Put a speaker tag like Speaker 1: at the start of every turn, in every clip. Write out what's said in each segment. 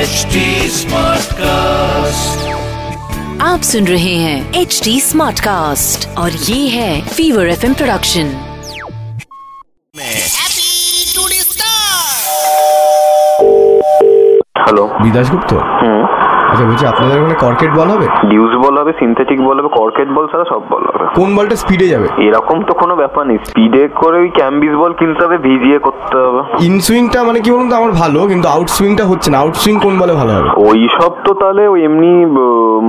Speaker 1: HD Smartcast.
Speaker 2: आप सुन रहे हैं एच डी स्मार्ट कास्ट और ये है Fever F production
Speaker 3: hello
Speaker 4: Bidas Gupta আচ্ছা বলছি আপনাদের ওখানে কর্কেট বল হবে
Speaker 3: ডিউস বল হবে সিনথেটিক বল হবে কর্কেট বল ছাড়া সব বল হবে
Speaker 4: কোন বলটা স্পিডে যাবে
Speaker 3: এরকম তো কোনো ব্যাপার নেই স্পিডে করে ওই ক্যাম্বিস বল কিনতে হবে ভিজিয়ে করতে হবে
Speaker 4: ইন সুইংটা মানে কি বলুন তো আমার ভালো কিন্তু আউট সুইংটা হচ্ছে না আউট সুইং কোন বলে ভালো হবে
Speaker 3: ওই সব তো তাহলে ওই এমনি আহ,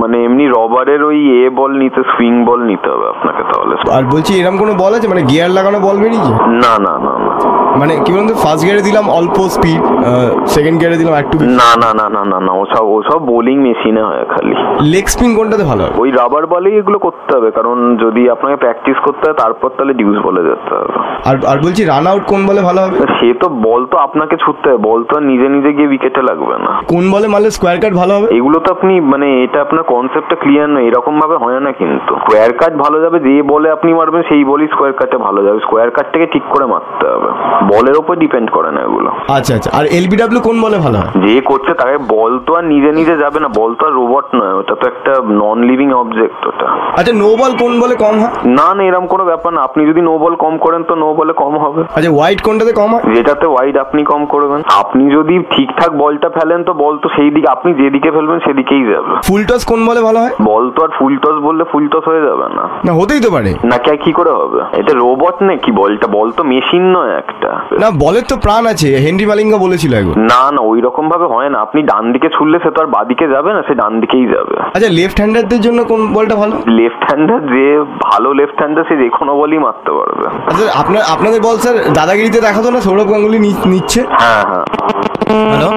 Speaker 3: মানে এমনি রবারের ওই এ বল নিতে সুইং বল নিতে হবে আপনাকে তাহলে
Speaker 4: আর বলছি এরকম কোনো বল আছে মানে গিয়ার লাগানো বল বেরিয়েছে
Speaker 3: না না না না
Speaker 4: মানে কি বলুন তো ফার্স্ট গিয়ারে দিলাম অল্প স্পিড সেকেন্ড গিয়ারে দিলাম একটু
Speaker 3: না না না না না না ওসব ওসব বোলিং মেশিনে হয় খালি
Speaker 4: লেগ স্পিন কোনটাতে ভালো হবে
Speaker 3: ওই রাবার বলেই এগুলো করতে হবে কারণ যদি আপনাকে প্র্যাকটিস করতে হয় তারপর তাহলে ডিউস বলে যেতে হবে
Speaker 4: আর আর বলছি রান আউট কোন বলে ভালো হবে
Speaker 3: সে তো বল তো আপনাকে ছুটতে হবে বল তো আর নিজে নিজে গিয়ে উইকেটে লাগবে না
Speaker 4: কোন বলে মারলে স্কোয়ার কাট ভালো হবে
Speaker 3: এগুলো তো আপনি মানে এটা আপনার কনসেপ্টটা ক্লিয়ার নয় এরকম ভাবে হয় না কিন্তু স্কোয়ার কাট ভালো যাবে যে বলে আপনি মারবেন সেই বলই স্কোয়ার কাটে ভালো যাবে স্কোয়ার কাটটাকে ঠিক করে মারতে হবে বলের ওপর ডিপেন্ড করে না এগুলো
Speaker 4: আচ্ছা আচ্ছা আর এলবিডব্লিউ কোন বলে ভালো হবে
Speaker 3: যে করছে তাকে বল তো আর নিজে নিজে যাবে না বল তো আর রোবট নয় ওটা তো একটা নন লিভিং অবজেক্ট ওটা
Speaker 4: আচ্ছা নো বল কোন বলে কম হয়
Speaker 3: না না এরকম কোনো ব্যাপার না আপনি যদি নো বল কম করেন তো নো বলে কম হবে
Speaker 4: আচ্ছা হোয়াইট কোনটাতে কম হয়
Speaker 3: যেটাতে ওয়াইড আপনি কম করবেন আপনি যদি ঠিকঠাক বলটা ফেলেন তো বল তো সেই দিকে আপনি যেদিকে ফেলবেন সেদিকেই যাবে
Speaker 4: ফুল টস কোন বলে ভালো হয়
Speaker 3: বল তো আর ফুল টস বললে ফুল টস হয়ে যাবে না
Speaker 4: না হতেই তো পারে
Speaker 3: না কে কি করে হবে এটা রোবট নাকি বলটা বল তো মেশিন নয় একটা
Speaker 4: না বলের তো প্রাণ আছে হেনরি মালিঙ্গা বলেছিল একবার
Speaker 3: না না ওই রকম ভাবে হয় না আপনি ডান দিকে ছুড়লে সে তো আর বাদিকে যাবে না সে ডান দিকেই যাবে
Speaker 4: আচ্ছা লেফট হ্যান্ডারদের জন্য কোন বলটা ভালো
Speaker 3: লেফট হ্যান্ডার যে ভালো লেফট হ্যান্ডার সে যে কোনো বলই মারতে পারবে
Speaker 4: আচ্ছা আপনার আপনাদের বল স্যার দাদাগিরিতে দেখাতো না সৌরভ গাঙ্গুলি নি- নিচ্ছে
Speaker 3: হ্যাঁ হ্যাঁ
Speaker 4: হ্যালো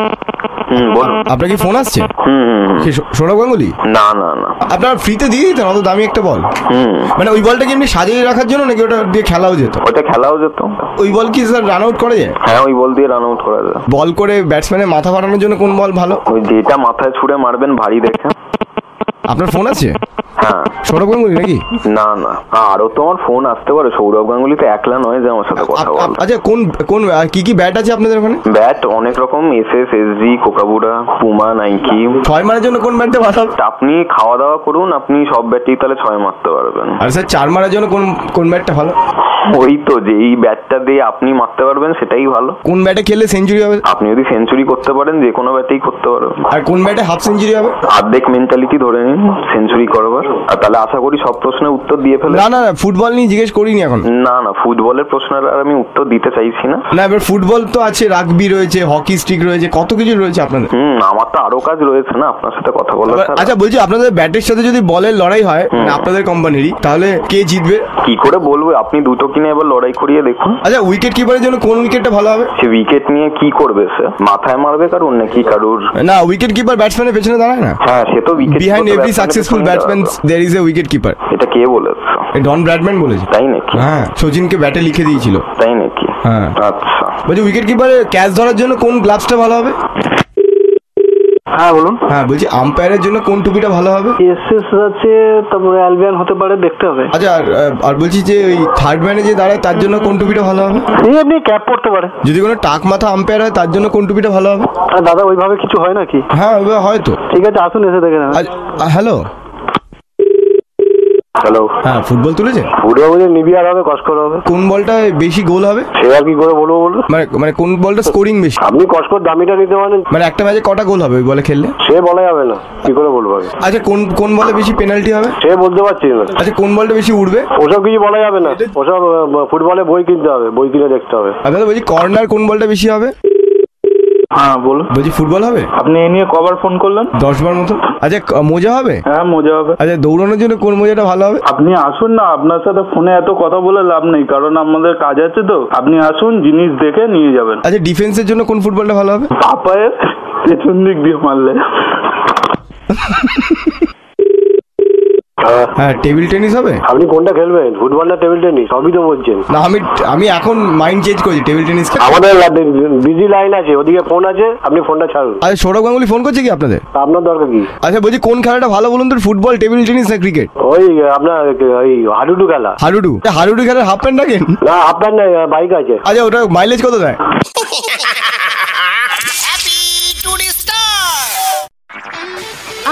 Speaker 3: হুম বলুন
Speaker 4: আপনার কি ফোন আসছে
Speaker 3: হুম হুম, হুম।
Speaker 4: সে সৌ- সৌরভ গাঙ্গুলি
Speaker 3: না না না
Speaker 4: আপনার ফ্রিতে দিয়ে দিতেন অত দামি একটা বল
Speaker 3: হুম
Speaker 4: মানে ওই বলটা কি এমনি সাজিয়ে রাখার জন্য নাকি ওটা দিয়ে খেলাও যেত
Speaker 3: ওটা খেলাও যেত
Speaker 4: ওই বল কি স্যার রান আউট করা যায়
Speaker 3: হ্যাঁ ওই বল দিয়ে রান আউট করা যায়
Speaker 4: বল করে ব্যাটসম্যানের মাথা ফাটানোর জন্য কোন বল ভালো
Speaker 3: ওই যেটা মাথায় ছুড়ে মারবেন ভারী দেখে
Speaker 4: আপনার ফোন আছে
Speaker 3: হ্যাঁ
Speaker 4: সৌরভ গাঙ্গুলি নাকি
Speaker 3: না না আরো তো আমার ফোন আসতে পারে সৌরভ গাঙ্গুলি তো একলা নয় যে আমার সাথে কথা
Speaker 4: আপ-
Speaker 3: বলে
Speaker 4: আপ- আচ্ছা কোন কোন আর কি কি ব্যাট আছে আপনাদের ওখানে
Speaker 3: ব্যাট অনেক রকম S S S G Kookaburra Puma Nike
Speaker 4: ছয় মারার জন্য কোন ব্যাটটা ভালো
Speaker 3: তা আপনি খাওয়া দাওয়া করুন আপনি সব ব্যাটেই তাহলে ছয় মারতে পারবেন
Speaker 4: আর স্যার চার মারার জন্য কোন কোন ব্যাটটা ভালো
Speaker 3: ওই তো যেই ব্যাটটা দিয়ে আপনি মারতে পারবেন সেটাই ভালো
Speaker 4: কোন ব্যাটে খেললে সেঞ্চুরি হবে
Speaker 3: আপনি যদি সেঞ্চুরি করতে পারেন যে কোনো ব্যাটেই করতে পারবেন
Speaker 4: আর কোন ব্যাটে হাফ সেঞ্চুরি হবে
Speaker 3: অর্ধেক মেন্টালিটি ধরে নিন সেঞ্চুরি করবার আর তাহলে আশা করি সব প্রশ্নের উত্তর দিয়ে ফেলে
Speaker 4: না না না ফুটবল নিয়ে জিজ্ঞেস করিনি এখন
Speaker 3: না না ফুটবলের প্রশ্নের আর আমি উত্তর দিতে চাইছি না
Speaker 4: না এবার ফুটবল তো আছে রাগবি রয়েছে হকি স্টিক রয়েছে কত কিছু রয়েছে আপনাদের
Speaker 3: হুম আমার তো আরো কাজ রয়েছে না আপনার সাথে কথা বলার
Speaker 4: এবার-
Speaker 3: ছাড়া।
Speaker 4: আচ্ছা বলছি আপনাদের ব্যাটের সাথে যদি বলের লড়াই হয় মানে আপনাদের কোম্পানিরই তাহলে কে জিতবে
Speaker 3: কি করে বলবো আপনি দুটো কিনে এবার লড়াই করিয়ে দেখুন
Speaker 4: আচ্ছা উইকেট কিপারের জন্য কোন উইকেটটা ভালো হবে
Speaker 3: সে উইকেট নিয়ে কি করবে সে মাথায় মারবে কারণ নাকি কারুর
Speaker 4: না উইকেট কিপার ব্যাটসম্যানের পেছনে দাঁড়ায় না
Speaker 3: হ্যাঁ সে তো wicket
Speaker 4: behind every successful batsman there is a wicket keeper
Speaker 3: এটা কে বলেছে
Speaker 4: ডন ব্র্যাডম্যান বলেছে
Speaker 3: তাই নাকি
Speaker 4: হ্যাঁ সচিনকে ব্যাটে লিখে দিয়েছিল
Speaker 3: তাই নাকি
Speaker 4: হ্যাঁ।
Speaker 3: আচ্ছা
Speaker 4: বলছি উইকেট কিপারের ক্যাচ ধরার জন্য কোন গ্লাভসটা ভালো হবে
Speaker 3: হ্যাঁ বলুন
Speaker 4: হ্যাঁ বলছি আম্পায়ারের জন্য কোন টুপিটা ভালো হবে
Speaker 5: এসএস আছে তারপরে অ্যালবিয়ান হতে পারে দেখতে হবে
Speaker 4: আচ্ছা আর আর বলছি যে ওই থার্ড ম্যানে যে দাঁড়ায় তার জন্য কোন টুপিটা ভালো হবে
Speaker 5: এই আপনি ক্যাপ পড়তে পারে
Speaker 4: যদি কোনো টাক মাথা আম্পায়ার হয় তার জন্য কোন টুপিটা ভালো হবে
Speaker 5: আর দাদা ওইভাবে কিছু হয় নাকি
Speaker 4: হ্যাঁ এবার হয়তো
Speaker 5: ঠিক আছে আসুন এসে দেখে নেবেন
Speaker 4: হ্যালো
Speaker 3: হ্যালো
Speaker 4: হ্যাঁ ফুটবল তুলেছে
Speaker 3: ফুটবল বুঝে নিবিয়ার হবে কসকর হবে
Speaker 4: কোন বলটা বেশি গোল হবে
Speaker 3: সে আর কি করে বলবো বলুন
Speaker 4: মানে মানে কোন বলটা স্কোরিং বেশি
Speaker 3: আপনি কসকর দামিটা নিতে পারেন
Speaker 4: মানে একটা ম্যাচে কটা গোল হবে ওই বলে খেললে
Speaker 3: সে বলা যাবে না কি করে বলবো আমি
Speaker 4: আচ্ছা কোন কোন বলে বেশি পেনাল্টি হবে
Speaker 3: সে বলতে পারছি না
Speaker 4: আচ্ছা কোন বলটা বেশি উঠবে
Speaker 3: ওসব কিছু বলা যাবে না ওসব আহ, ফুটবলে বই কিনতে হবে বই কিনে দেখতে হবে
Speaker 4: আর দাদা আচ্ছা, বলছি কর্নার কোন বলটা বেশি হবে
Speaker 5: হ্যাঁ বলুন
Speaker 4: বলছি ফুটবল হবে
Speaker 5: আপনি এ নিয়ে কবার ফোন করলেন
Speaker 4: দশ বার মতো আচ্ছা ক- মোজা হবে
Speaker 5: হ্যাঁ মজা হবে
Speaker 4: আচ্ছা দৌড়ানোর জন্য কোন মোজাটা ভালো হবে
Speaker 5: আপনি আসুন না আপনার সাথে ফোনে এত কথা বলে লাভ নেই কারণ আমাদের কাজ আছে তো আপনি আসুন জিনিস দেখে নিয়ে যাবেন
Speaker 4: আচ্ছা ডিফেন্সের জন্য কোন ফুটবলটা ভালো হবে
Speaker 5: পাপায়ের পেছন দিক দিয়ে মারলে
Speaker 4: হ্যাঁ টেবিল টেনিস হবে
Speaker 3: আপনি কোনটা খেলবেন ফুটবল না টেবিল টেনিস সবই তো বলছেন
Speaker 4: না আমি আমি এখন মাইন্ড চেঞ্জ করেছি টেবিল টেনিস
Speaker 3: আমাদের বিজি লাইন আছে ওদিকে ফোন আছে আপনি ফোনটা ছাড়ুন
Speaker 4: আচ্ছা সৌরভ গাঙ্গুলি ফোন করছে কি আপনাদের
Speaker 3: তা আপনার দরকার কি
Speaker 4: আচ্ছা বলছি কোন খেলাটা ভালো বলুন তো ফুটবল টেবিল টেনিস না ক্রিকেট
Speaker 3: ওই আপনার ওই হাডুডু খেলা
Speaker 4: হাডুডু আচ্ছা, হাডুডু খেলার হাফ প্যান্ট রাখেন
Speaker 3: না আপনার না বাইক আছে
Speaker 4: আচ্ছা ওটা মাইলেজ কত দেয়
Speaker 6: Happy to the star!